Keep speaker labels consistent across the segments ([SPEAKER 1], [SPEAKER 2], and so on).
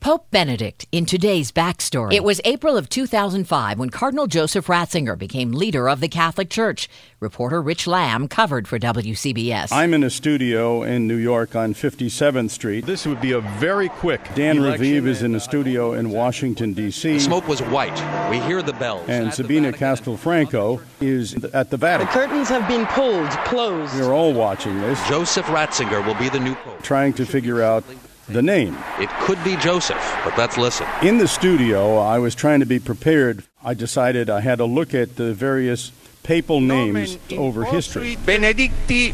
[SPEAKER 1] Pope Benedict in today's backstory. It was April of 2005 when Cardinal Joseph Ratzinger became leader of the Catholic Church. Reporter Rich Lamb covered for WCBS.
[SPEAKER 2] I'm in a studio in New York on 57th Street.
[SPEAKER 3] This would be a very quick
[SPEAKER 2] Dan
[SPEAKER 3] election
[SPEAKER 2] Revive is in
[SPEAKER 3] and,
[SPEAKER 2] a
[SPEAKER 3] uh,
[SPEAKER 2] studio in Washington, D.C.
[SPEAKER 4] The smoke was white. We hear the bells.
[SPEAKER 2] And
[SPEAKER 4] At the
[SPEAKER 2] Sabina
[SPEAKER 4] Vatican and-
[SPEAKER 2] Castelfranco is at the
[SPEAKER 5] The
[SPEAKER 2] Vatican.
[SPEAKER 5] curtains have been pulled closed.
[SPEAKER 2] We're all watching this,
[SPEAKER 4] Joseph Ratzinger will be the new pope.
[SPEAKER 2] trying to figure out the name.
[SPEAKER 4] It could be Joseph, but let's listen.
[SPEAKER 2] In the studio, I was trying to be prepared. I decided I had to look at the various papal names over history.
[SPEAKER 6] Benedicti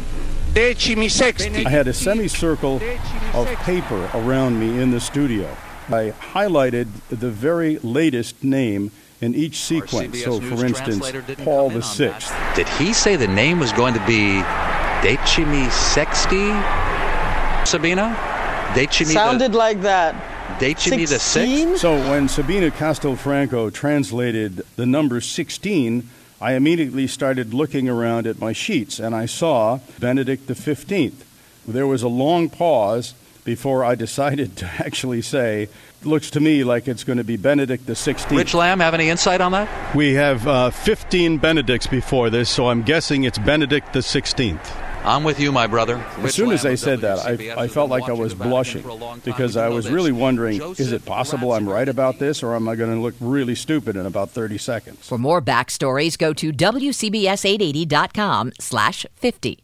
[SPEAKER 6] decimi sexti.
[SPEAKER 2] I had a semicircle of paper around me in the studio. I highlighted the very latest name in each sequence.
[SPEAKER 4] CBS
[SPEAKER 2] So,
[SPEAKER 4] News
[SPEAKER 2] for instance,
[SPEAKER 4] translator didn't
[SPEAKER 2] Paul
[SPEAKER 4] come in
[SPEAKER 2] the
[SPEAKER 4] on
[SPEAKER 2] Sixth.
[SPEAKER 4] Did he say the name was going to be Decimi Sexti? Sabina? Decimi
[SPEAKER 5] Sounded
[SPEAKER 4] the,
[SPEAKER 5] like that.
[SPEAKER 4] Decimi the Sixth?
[SPEAKER 5] 16?
[SPEAKER 2] So, when Sabina Castelfranco translated the number 16, I immediately started looking around at my sheets and I saw Benedict the 15th. There was a long pause before I decided to actually say, looks to me like it's going to be Benedict the 16th.
[SPEAKER 4] Rich Lamb, have any insight on that?
[SPEAKER 3] We have uh, 15 Benedicts before this, so I'm guessing it's Benedict the 16th.
[SPEAKER 4] I'm with you, my brother.
[SPEAKER 2] As soon as they said that, I, I felt like I was blushing because I was really wondering is it possible I'm right about this or am I going to look really stupid in about 30 seconds?
[SPEAKER 1] For more backstories, go to WCBS880.com slash 50.